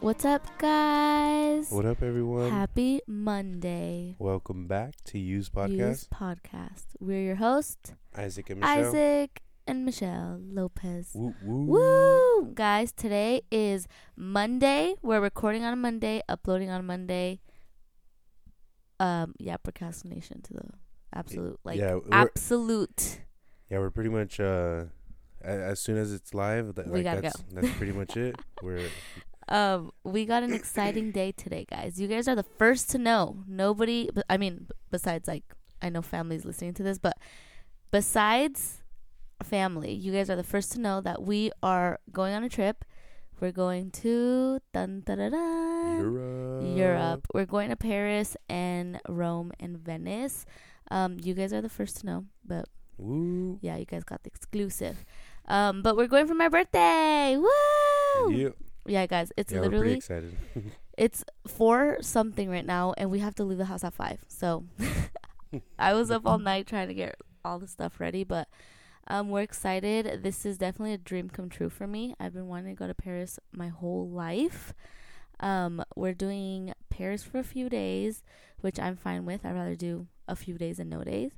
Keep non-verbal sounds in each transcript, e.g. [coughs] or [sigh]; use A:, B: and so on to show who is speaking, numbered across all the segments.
A: What's up, guys?
B: What up, everyone?
A: Happy Monday.
B: Welcome back to Use Podcast.
A: Use podcast. We're your host,
B: Isaac and Michelle.
A: Isaac and Michelle Lopez.
B: Woo, woo.
A: Woo! Guys, today is Monday. We're recording on Monday, uploading on Monday. Um, yeah, procrastination to the absolute, like
B: yeah, we're-
A: absolute.
B: Yeah, we're pretty much uh, a- as soon as it's live, that,
A: We
B: like
A: gotta
B: that's that's pretty
A: [laughs]
B: much it. We're
A: Um, we got an exciting day today, guys. You guys are the first to know. Nobody, b- I mean, b- besides like I know families listening to this, but besides family, you guys are the first to know that we are going on a trip. We're going to dun, da, da, da,
B: Europe.
A: Europe. We're going to Paris and Rome and Venice. Um, you guys are the first to know, but
B: Woo.
A: yeah, you guys got the exclusive. Um, but we're going for my birthday. Woo!
B: Yeah,
A: Yeah, guys, it's
B: yeah we're pretty
A: literally
B: excited.
A: it's four something right now, and we have to leave the house at five. So [laughs] I was up all night trying to get all the stuff ready, but um, we're excited. This is definitely a dream come true for me. I've been wanting to go to Paris my whole life. Um, we're doing Paris for a few days, which I'm fine with. I'd rather do a few days and no days.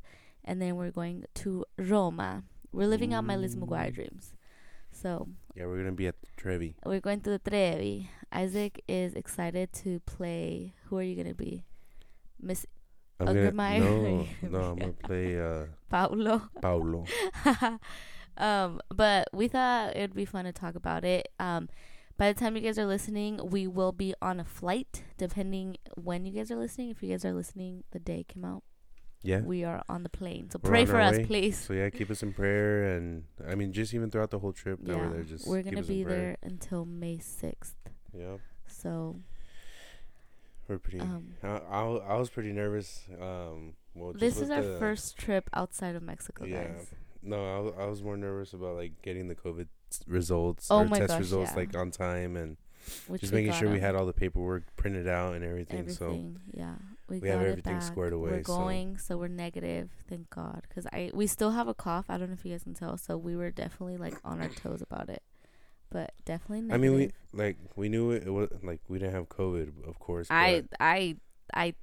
A: And then we're going to Roma. We're living out my Liz McGuire
B: Mm.
A: dreams. So
B: yeah, we're gonna be at the Trevi.
A: we're going to the Trevi. Isaac is excited to play. Who are you gonna be, Miss
B: I'm
A: Oh,
B: gonna
A: good, Maya. [laughs]
B: no, no, I'm gonna play uh,
A: Paulo? [laughs]
B: Paulo.
A: um, but we thought it'd be fun to talk about it. Um, by the time you guys are listening, we will be on a flight. Depending when you guys are listening, if you guys are listening, the day came out.
B: Yeah.
A: We are on the plane, so
B: We're
A: pray
B: on
A: for
B: our
A: us,
B: way.
A: please.
B: So yeah, keep us in prayer, and I mean, just even throughout the whole trip that
A: yeah,
B: we're there, just
A: we're
B: keep
A: gonna
B: us in
A: be
B: prayer.
A: there until May sixth.
B: Yeah,
A: So
B: we're pretty.
A: um,
B: I, I wa- I was pretty nervous. Um, well, just
A: this
B: with
A: is our
B: the-
A: first trip outside of Mexico,
B: Yeah.
A: guys.
B: No, I was, I was more nervous about like getting the COVID s- results
A: Oh
B: or
A: my
B: test
A: gosh,
B: results
A: yeah.
B: like on time and
A: Which
B: just
A: we
B: making
A: got
B: sure we
A: on.
B: had all the paperwork printed out and everything.
A: everything. yeah, we,
B: we
A: got
B: have
A: it
B: everything
A: back.
B: squared
A: We're
B: away, so-
A: going, so, we're negative. Thank God, because I we still have a cough. I don't know if you guys can tell. So we were definitely like on our toes about it, but definitely.
B: So I
A: Negative.
B: mean, we like we knew it, it was like we didn't have COVID, of course.
A: I I I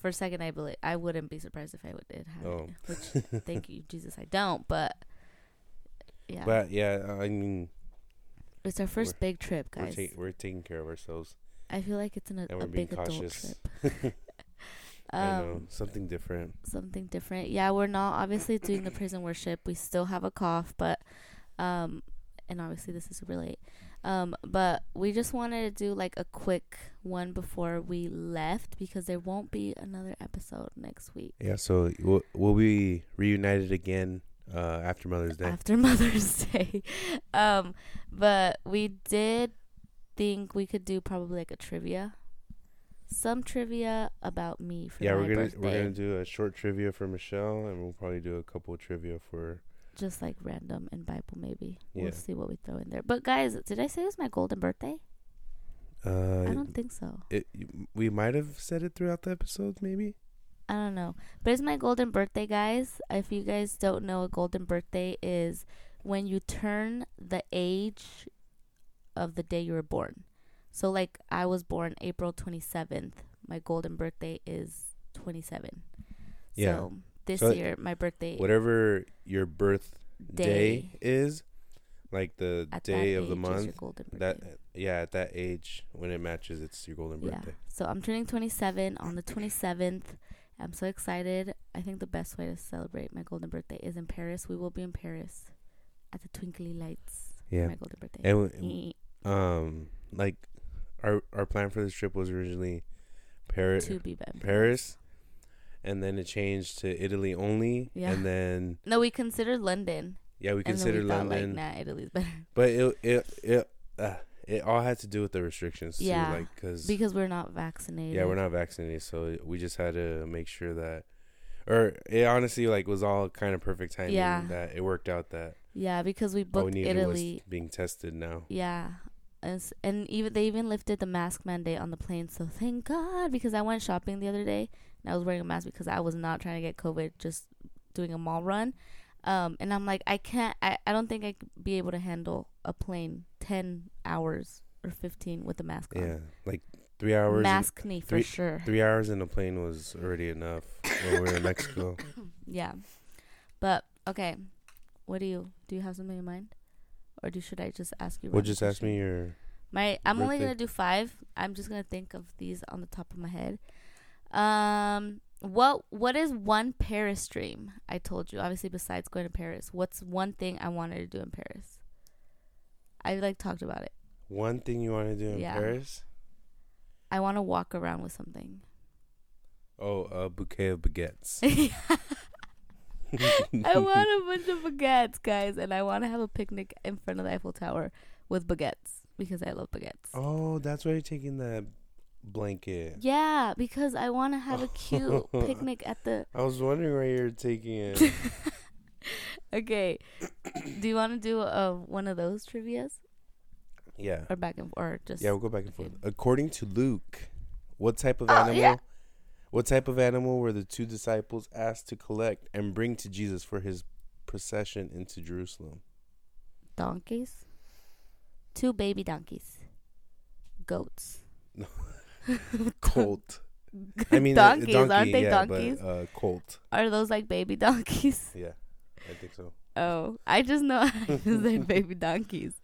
A: for a second I believe I wouldn't be surprised if I would did have
B: but, oh,
A: it. Which
B: [laughs]
A: thank you Jesus I don't, but yeah,
B: but yeah, I mean,
A: it's our 1st
B: we're-
A: big trip,
B: we're,
A: guys.
B: ta- we're taking care of ourselves.
A: I feel like it's an,
B: and
A: a,
B: we're
A: a
B: being
A: big adult
B: cautious.
A: trip.
B: [laughs]
A: Um,
B: I know something different.
A: something different. Yeah, we're not obviously doing the prison worship. We still have a cough, but um and obviously this is super late. Um but we just wanted to do like a quick one before we left because there won't be another episode next week
B: Yeah, so we'll, we'll be reunited again uh, after Mother's Day.
A: after [laughs] Mother's Day. Um but we did think we could do probably like a trivia. Some trivia about me for
B: yeah,
A: my
B: we're gonna
A: birthday.
B: we're gonna do a short trivia for Michelle, and we'll probably do a couple trivia for
A: just like random and Bible maybe.
B: Yeah.
A: We'll see what we throw in there. But guys, did I say it was my golden birthday?
B: Uh,
A: I don't think so.
B: it, we might have said it throughout the episodes, maybe.
A: I don't know. But it's my golden birthday, guys. If you guys don't know, a golden birthday is when you turn the age of the day you were born. So like I was born April 27th. My golden birthday is 27.
B: Yeah.
A: So this
B: So-
A: year my birthday
B: Whatever your birth day,
A: Day.
B: is, like the
A: at that
B: day of the
A: age is your
B: month,
A: golden
B: that
A: birthday.
B: yeah, at that age when it matches, it's your golden
A: Yeah.
B: birthday.
A: So I'm turning 27 on the 27th. I'm so excited. I think the best way to celebrate my golden birthday is in Paris. We will be in Paris at the twinkly lights
B: Yeah,
A: for my golden birthday.
B: and w- um, like our our plan for this trip was originally Paris,
A: to be bad.
B: Paris, and then it changed to Italy only,
A: Yeah.
B: and then
A: No, we considered London.
B: yeah, we
A: and then we
B: considered
A: thought,
B: London.
A: like, nah, Italy's better. [laughs]
B: But it it it uh, it all had to do with the restrictions too,
A: Yeah,
B: like because
A: Because we're not vaccinated.
B: yeah, we're not vaccinated, so we just had to make sure that, or it honestly like was all kind of perfect timing
A: Yeah.
B: that it worked out that
A: Yeah, because we
B: all we
A: booked
B: needed
A: Italy.
B: was being tested now.
A: Yeah. And, s- and even they even lifted the mask mandate on the plane, so thank God because I went shopping the other day and I was wearing a mask because I was not trying to get COVID just doing a mall run. Um, and I'm like, I can't, I, I don't think I could be able to handle a plane 10 hours or 15 with a mask on.
B: Yeah, like three hours.
A: mask me for
B: three-
A: sure.
B: Three hours in a plane was already enough when we were
A: [laughs]
B: in Mexico.
A: Yeah. But okay, what do you do? You have something in mind, or do should I just ask you?
B: Well,
A: random
B: just ask
A: question?
B: me your.
A: My I'm only
B: birthday.
A: gonna do five. I'm just gonna think of these on the top of my head. Um, what what is one Paris dream? I told you obviously besides going to Paris, what's one thing I wanted to do in Paris? I like talked about it.
B: One thing you want to do in
A: Yeah.
B: Paris?
A: I want to walk around with something. [laughs]
B: Oh, a bouquet of baguettes.
A: I want a bunch of baguettes, guys, and I want to have a picnic in front of the Eiffel Tower with baguettes because I love baguettes.
B: Oh, that's why you're taking that blanket.
A: Yeah, because I want to have a cute picnic at the.
B: I was wondering why you're
A: [laughs]
B: taking it.
A: Okay, do you want to do uh, one of those trivia's
B: yeah.
A: or back and or just?
B: Yeah, we'll go back and forth.
A: Okay.
B: According to Luke, what type of
A: Oh,
B: animal?
A: yeah.
B: What type of animal were the two disciples asked to collect and bring to Jesus for his procession
A: [laughs]
B: into Jerusalem?
A: donkeys, two baby donkeys, goats.
B: Colt.
A: [laughs]
B: I mean, a- a
A: donkeys aren't they
B: yeah,
A: donkeys?
B: But, uh, colt.
A: Are those like baby [laughs] donkeys?
B: Yeah, I think so.
A: Oh, I just know [laughs] I just
B: [laughs]
A: said baby donkeys.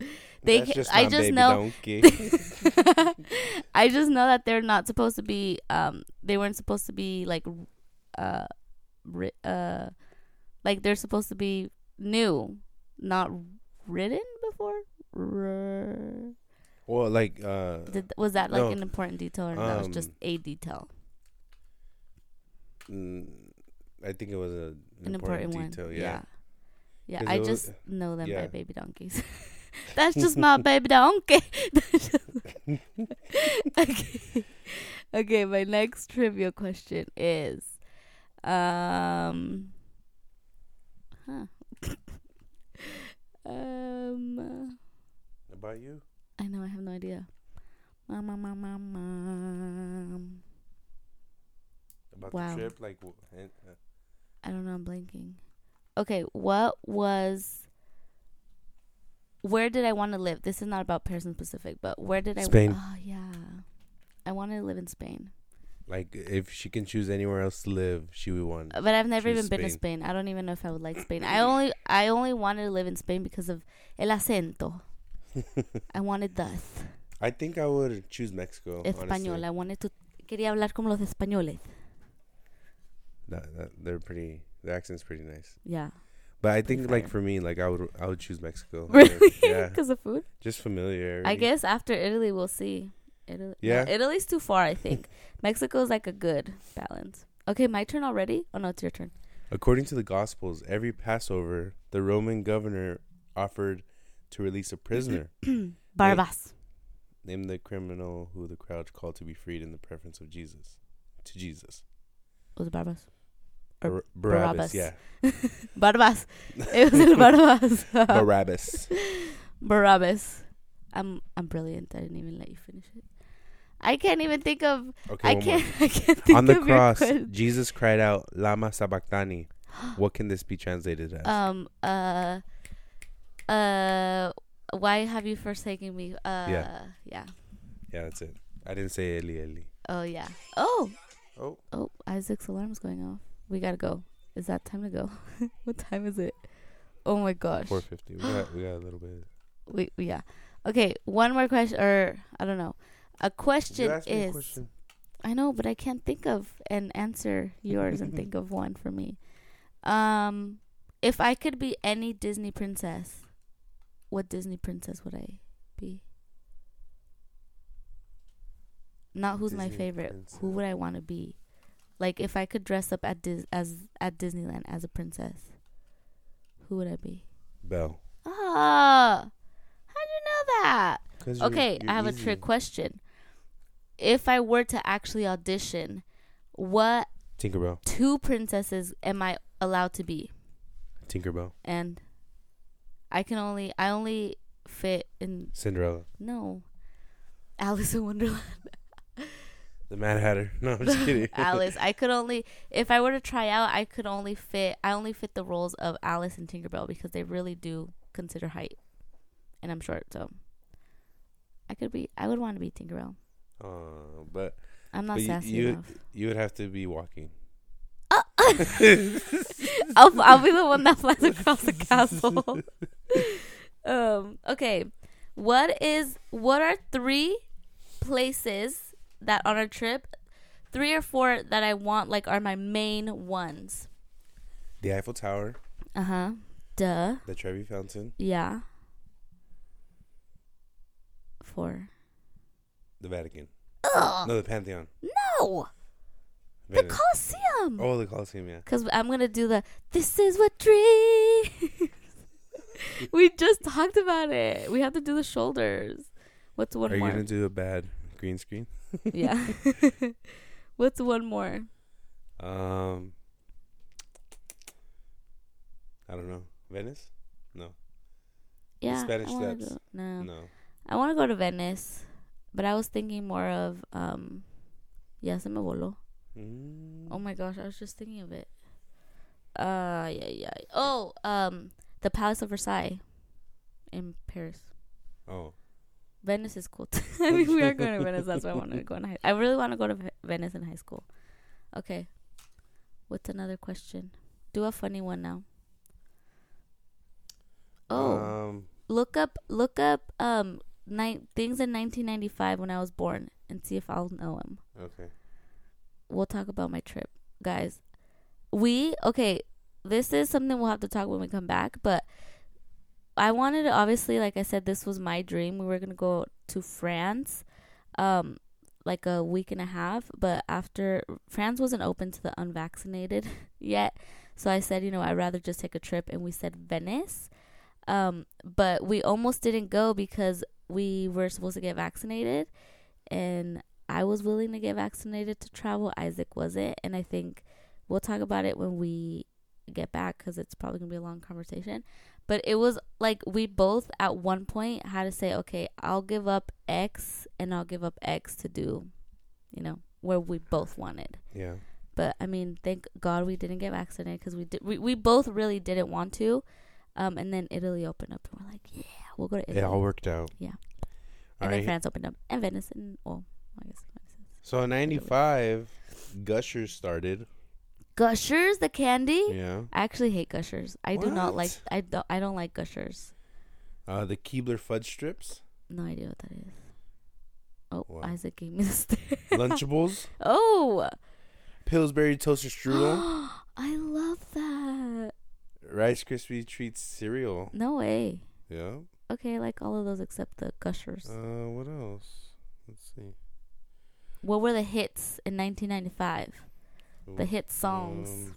A: They
B: That's
A: ca-
B: just
A: I
B: not
A: just know-
B: baby
A: [laughs]
B: Donkey.
A: I just know that they're not supposed to be. Um, they weren't supposed to be like, uh, ri- uh, like they're supposed to be new, not ridden before. R-
B: well, like uh,
A: Did, was that like
B: No.
A: an important detail, or that was just
B: Um,
A: a detail?
B: mm, I think it was a,
A: An important, one.
B: detail.
A: yeah.
B: Yeah.
A: Yeah,
B: 'Cause
A: I
B: it was-
A: just know them by
B: yeah.
A: baby donkeys. [laughs] That's just
B: [laughs]
A: my baby donkey. [laughs] That's just- okay. okay, my next trivia question is um huh. [laughs] um
B: About you?
A: I know I have no idea. Mom, mom, mom, mom, mom.
B: About
A: Wow.
B: the trip? Like, w- and, uh,
A: I don't know, I'm blanking. Okay, what was where did I want to live? This is not about Paris in specific, but where did I
B: Spain.
A: Oh yeah. I wanted to live in Spain.
B: like if she can choose anywhere else to live, she would want.
A: But I've never
B: Choose
A: even been to Spain. I don't even know if I would
B: [coughs]
A: like Spain. I only I only wanted to live in Spain because of el
B: [laughs]
A: acento. I wanted thus.
B: I think I would choose Mexico.
A: Español.
B: honestly.
A: I wanted to quería hablar como los españoles.
B: That- that- they're pretty. The accent's pretty nice.
A: Yeah.
B: But I
A: Pretty
B: think, like
A: fire.
B: for me, like I would, I would choose
A: [laughs]
B: Mexico.
A: Really?
B: Yeah.
A: Because of food?
B: Just familiarity.
A: I guess after Italy, we'll see. Italy, no,
B: Yeah.
A: Italy's too far, I
B: [laughs]
A: think. Mexico's like a good balance. Okay, my turn already. Oh no, it's your turn.
B: According to the Gospels, every Passover, the Roman governor offered to release a
A: Mm-hmm.
B: prisoner,
A: Barbas.
B: named the criminal who the crowd called to be freed in the preference of Jesus, to Jesus.
A: Was it Barbas? Or
B: Bar-
A: Barabbas. [laughs]
B: Barabbas, yeah, [laughs]
A: Barbas. It was el Barbas.
B: Barabbas.
A: Barabbas. I'm I'm brilliant. I didn't even let you finish it. I can't even think of.
B: Okay,
A: I
B: one
A: can't. [laughs] I can't
B: more.
A: think
B: On the
A: of your
B: cross,
A: question.
B: Jesus cried out, "Lama sabachthani." What can this be translated as?
A: Um. Uh. Uh. Why have you forsaken me? Uh. Yeah.
B: yeah, that's it. I didn't say Eli Eli.
A: Oh yeah. Oh.
B: Oh,
A: Oh, Isaac's alarm's going off. We gotta go. Is that time to go? [laughs] what time is it? Oh my gosh.
B: 450. We got, we got a little bit.
A: Wait, yeah. Okay, one more question, or I don't know. A question is. I know, but I can't think of and answer yours and think of one for me. Um, if I could be any Disney princess, what Disney princess would I be? Not who's my
B: Disney
A: favorite. Who would I want to be? Like if I could dress up at Dis- as at Disneyland as a princess, who would I be?
B: Bell.
A: Ah, how do you know that?
B: 'Cause you're-
A: Okay,
B: you're
A: I have
B: easy.
A: a trick question. If I were to actually audition, what
B: Tinkerbell.
A: two princesses am I allowed to be?
B: Tinkerbell.
A: And I can only I only fit in
B: Cinderella.
A: no. Alice in Wonderland.
B: The Mad Hatter. [laughs] No, I'm just kidding.
A: [laughs] Alice. I could only if I were to try out, I could only fit I only fit the roles of Alice and Tinkerbell because they really do consider height. And I'm short, so I could be. I would want to be Tinkerbell.
B: [laughs] Uh, but
A: I'm not
B: But you-
A: sassy
B: you- [laughs]
A: enough. Uh,
B: you would have to be walking.
A: [laughs] I'll, I'll be the one that flies across the castle. [laughs] um. Okay. What is? What are three places that on a trip, three or four that I want like are my main ones?
B: The Eiffel Tower,
A: Uh huh. Duh.
B: the Trevi Fountain,
A: Yeah. Four.
B: the Vatican.
A: Ugh.
B: No, the Pantheon.
A: No. Uh. The
B: Venice.
A: Colosseum.
B: oh, the Colosseum, yeah.
A: Because I'm going to do the this is what dreams. [laughs] we just talked about it. We have to do the shoulders. What's one
B: Are you
A: more?
B: gonna do a bad green screen?
A: yeah. [laughs] What's one more?
B: Um, I don't know. Venice?
A: Yeah.
B: Spanish
A: I wanna
B: Steps.
A: Go. No.
B: No.
A: I want to go to Venice, but I was thinking more of um Ya se me voló.
B: Mm.
A: Oh my gosh, I was just thinking of it. Uh yeah, yeah. Oh, um the Palace of Versailles in Paris.
B: Oh.
A: Venice is cool. [laughs] too. I mean, we are going to Venice. That's why I want to go in high. I really want to go to Ve- Venice in high school. Okay. What's another question? Do a funny one now. Oh,
B: Um,
A: look up, look up, um, ni- things in 1995 when I was born, and see if I'll know them.
B: okay.
A: We'll talk about my trip, guys. We okay. This is something we'll have to talk when we come back, but I wanted to obviously, like I said, this was my dream. We were gonna go to France, um, like a week and a half. But after France wasn't open to the unvaccinated [laughs] yet, so I said, you know, I'd rather just take a trip, and we said Venice. Um, but we almost didn't go because we were supposed to get vaccinated, and I was willing to get vaccinated to travel. Isaac wasn't, and I think we'll talk about it when we get back because it's probably gonna be a long conversation. But it was like we both at one point had to say, okay, I'll give up X and I'll give up X to do, you know, where we both wanted.
B: Yeah.
A: But I mean, thank God we didn't get vaccinated because we did. We, we both really didn't want to. Um, and then Italy opened up, and we're like, yeah, we'll go to Italy.
B: It all worked out.
A: Yeah.
B: All
A: and then
B: right.
A: France opened up, and Venice, and well, I guess Venice. is-
B: so in '95, Gushers started.
A: Gushers, the candy.
B: Yeah.
A: I actually hate Gushers. I do not
B: What?
A: like. I don't. I don't like Gushers.
B: Uh, the Keebler fudge
A: [laughs]
B: strips,
A: No idea what that is. Oh,
B: Wow.
A: Isaac gave me the stare. [laughs]
B: Lunchables,
A: Oh,
B: Pillsbury toaster strudel,
A: [gasps] I love that.
B: Rice Krispie treats cereal.
A: No way.
B: Yeah.
A: Okay, I like all of those except the Gushers.
B: Uh, what else? Let's see.
A: what were the hits in 1995? The hit songs.
B: Um,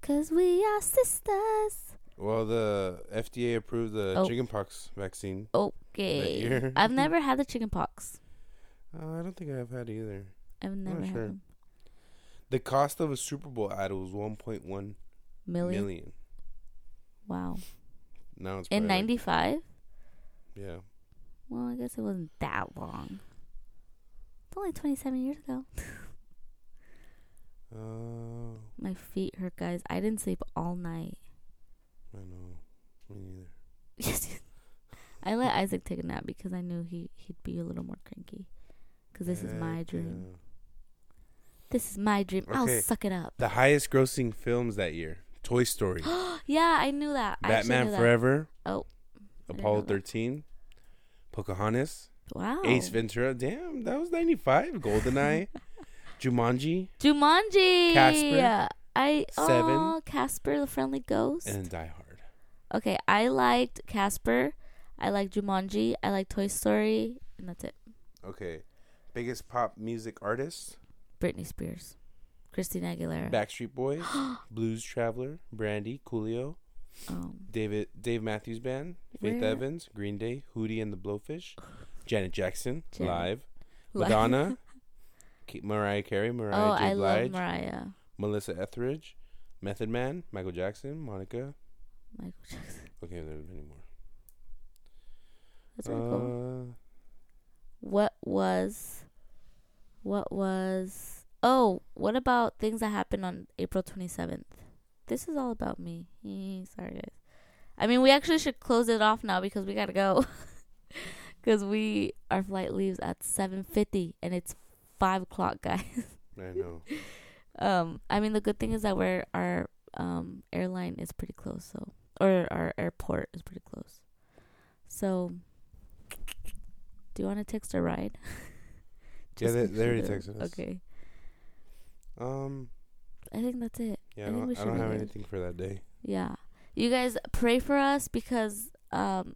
A: Cause we are sisters.
B: well, the FDA approved the
A: Oh.
B: chickenpox vaccine.
A: Okay.
B: year. [laughs]
A: I've never had the chicken pox.
B: Uh, I don't think I've had either.
A: I've never had
B: sure.
A: them.
B: The cost of a Super Bowl ad was 1.1 million.
A: Millie. Wow.
B: Now it's
A: In
B: probably like-
A: '95.
B: yeah.
A: Well, I guess it wasn't that long. It's only 27 years ago.
B: Oh,
A: My feet hurt, guys. I didn't sleep all night. [laughs]
B: I know. Me neither.
A: I let Isaac take a nap because I knew he he'd be a little more cranky. Cause this is my
B: Heck
A: dream.
B: yeah.
A: This is my dream.
B: Okay.
A: I'll suck it up.
B: The highest grossing films that year Toy Story,
A: yeah, [gasps] I knew that. I actually
B: Batman
A: knew that.
B: Forever,
A: Oh, I didn't know
B: Apollo
A: that. Oh.
B: 13, Pocahontas,
A: Wow.
B: Ace Ventura. Damn, that was
A: [laughs]
B: 95. Goldeneye, Jumanji,
A: Jumanji.
B: Casper.
A: I
B: Seven.
A: oh Casper the Friendly Ghost.
B: and Die Hard.
A: okay, I liked Casper. I liked Jumanji. I liked Toy Story, and that's it.
B: Okay. Biggest pop music artist,
A: Britney Spears, Christina Aguilera. [gasps]
B: Backstreet Boys, Blues Traveler, Brandy, Coolio,
A: um,
B: David Dave Matthews Band, Faith
A: Where-
B: Evans, Green Day, Hootie and the Blowfish, Janet Jackson,
A: Janet.
B: Live, Madonna, Ki- Mariah Carey,
A: [laughs]
B: Mariah
A: oh,
B: J.
A: I
B: Blige,
A: love Mariah.
B: Melissa Etheridge, Method Man, Michael Jackson, Monica.
A: Michael Jackson.
B: Okay, there's many more.
A: That's really cool.
B: Uh,
A: What was, what was? Oh, what about things that happened on April twenty seventh? This is all about me. Sorry, guys. I mean, we actually should close it off now because we gotta go. [laughs] Because we our flight leaves at seven fifty, and it's five o'clock, guys.
B: Uh, I know.
A: Um, I mean, the good thing is that we're our um airline is pretty close, so or our airport is pretty close. So, do you want to text a ride? [laughs]
B: Yeah,
A: Just
B: they-
A: make
B: they already
A: they're-
B: texted us.
A: Okay,
B: Um.
A: I think that's it.
B: Yeah.
A: I
B: I,
A: think we
B: don't, I
A: should
B: don't have
A: leave it.
B: anything for that day.
A: Yeah. You guys pray for us because um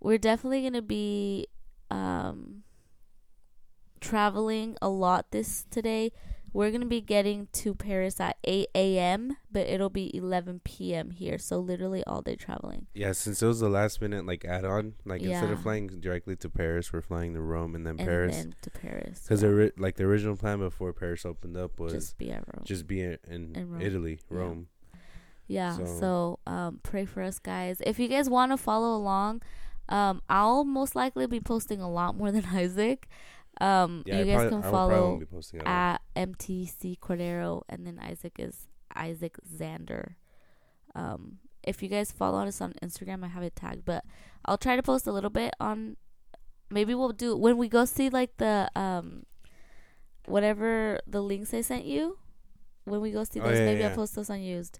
A: we're definitely going to be um traveling a lot this today. We're going to be getting to Paris at 8 a.m., but it'll be 11 p.m. here. So literally all day traveling.
B: Yeah, since it was the last minute like add on, like instead
A: Yeah.
B: of flying directly to Paris, we're flying to Rome and then
A: And
B: Paris.
A: then to Paris.
B: Because like the original plan before Paris opened up was just,
A: Just be at Rome.
B: be in, in
A: In Rome.
B: Italy,
A: Yeah.
B: Rome.
A: Yeah. So,
B: So-
A: um, pray for us, guys. If you guys want to follow along, um, I'll most likely be posting a lot more than [laughs] Isaac. Um,
B: Yeah,
A: you
B: I
A: guys
B: probably, I
A: can
B: will probably
A: follow
B: won't be posting it.
A: at MTC Cordero, and then Isaac is Isaac Xander. Um, if you guys follow us on Instagram, I have it tagged, but I'll try to post a little bit on. Maybe we'll do when we go see like the um, whatever the links I sent you. When we go see
B: Oh,
A: those,
B: yeah,
A: maybe
B: yeah.
A: I'll post those unused.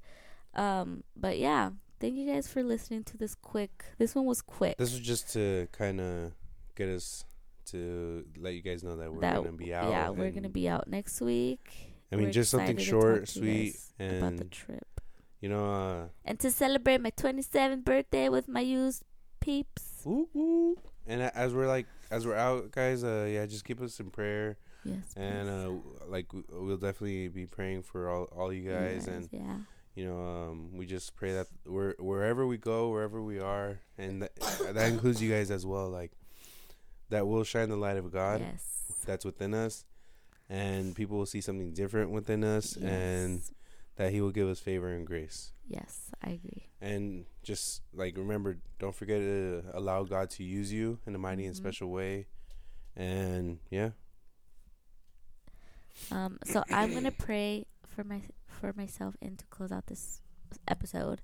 A: Um, but yeah, thank you guys for listening to this quick. This one was quick.
B: This was just to kind of get us to let you guys know that we're
A: That-
B: gonna be out.
A: yeah, we're
B: and-
A: gonna be out next week.
B: I mean,
A: We're
B: just something
A: excited to talk
B: short,
A: to you
B: sweet,
A: guys about
B: and
A: the trip.
B: you know, uh,
A: and to celebrate my 27th birthday with my used peeps.
B: woo woo. And a- as we're like, as we're out, guys, uh, yeah, just keep us in prayer,
A: Yes.
B: and uh, like w- we'll definitely be praying for all all you guys, and
A: yeah,
B: you know, um, we just pray that where wherever we go, wherever we are, and th- [coughs] that includes you guys as well, like that will shine the light of God
A: yes,
B: that's within us, and people will see something different within us, and
A: yes,
B: that He will give us favor and grace.
A: yes, I agree.
B: And just like remember, don't forget to allow God to use you in a mighty and
A: Mhm.
B: special way. And yeah,
A: Um, so I'm
B: [clears throat]
A: gonna pray for my for myself and to close out this episode.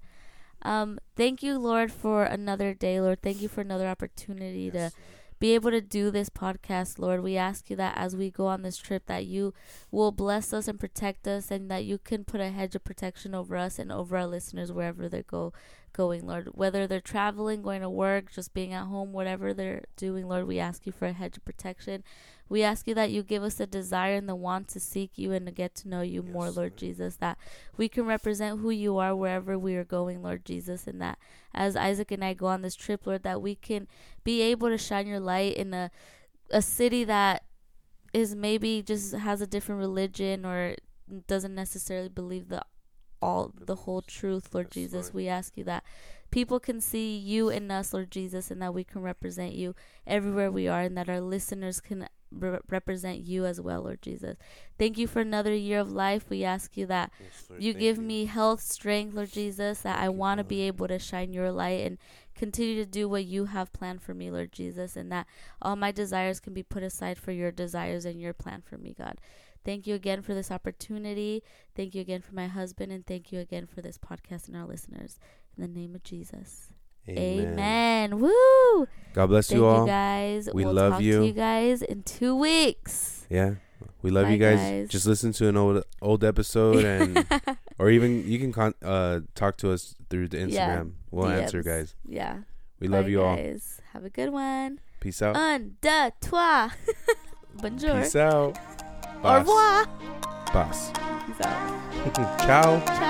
A: Um, thank you, Lord, for another day, Lord. Thank you for another opportunity to be able to do this podcast, Lord. We ask you that as we go on this trip, that you will bless us and protect us, and that you can put a hedge of protection over us and over our listeners wherever they go, going, Lord. Whether they're traveling, going to work, just being at home, whatever they're doing, Lord, we ask you for a hedge of protection. We ask you that you give us the desire and the want to seek you and to get to know you more, Lord
B: Yes, Lord.
A: Jesus. That we can represent who you are wherever we are going, Lord Jesus, and that as Isaac and I go on this trip, Lord, that we can be able to shine your light in a a city that is maybe just has a different religion or doesn't necessarily believe the all the whole truth, Lord
B: Yes,
A: Jesus.
B: Lord.
A: We ask you that people can see you in us, Lord Jesus, and that we can represent you everywhere we are, and that our listeners can re- represent you as well, Lord Jesus. Thank you for another year of life. We ask you that
B: Yes, Lord,
A: you
B: thank
A: give me health, strength, Lord Jesus, that I
B: Thank you,
A: want to be
B: Father.
A: able to shine your light and continue to do what you have planned for me, Lord Jesus, and that all my desires can be put aside for your desires and your plan for me, God. Thank you again for this opportunity. Thank you again for my husband, and thank you again for this podcast and our listeners. In the name of Jesus. Amen. Woo!
B: God bless
A: Thank
B: you all.
A: you guys.
B: We
A: we'll
B: love
A: talk
B: you.
A: to you guys in two weeks.
B: Yeah. We love
A: Bye,
B: you guys.
A: guys.
B: Just listen to an old old episode
A: [laughs]
B: and or even you can con- uh talk to us through the Instagram.
A: Yeah,
B: we'll answer
A: DMs.
B: guys.
A: Yeah.
B: We love you all.
A: all. Have a good one.
B: Peace out.
A: Un, deux, trois. [laughs] Bonjour.
B: Peace out.
A: Au revoir.
B: Boss.
A: Peace out.
B: [laughs] Ciao.
A: Ciao. [laughs]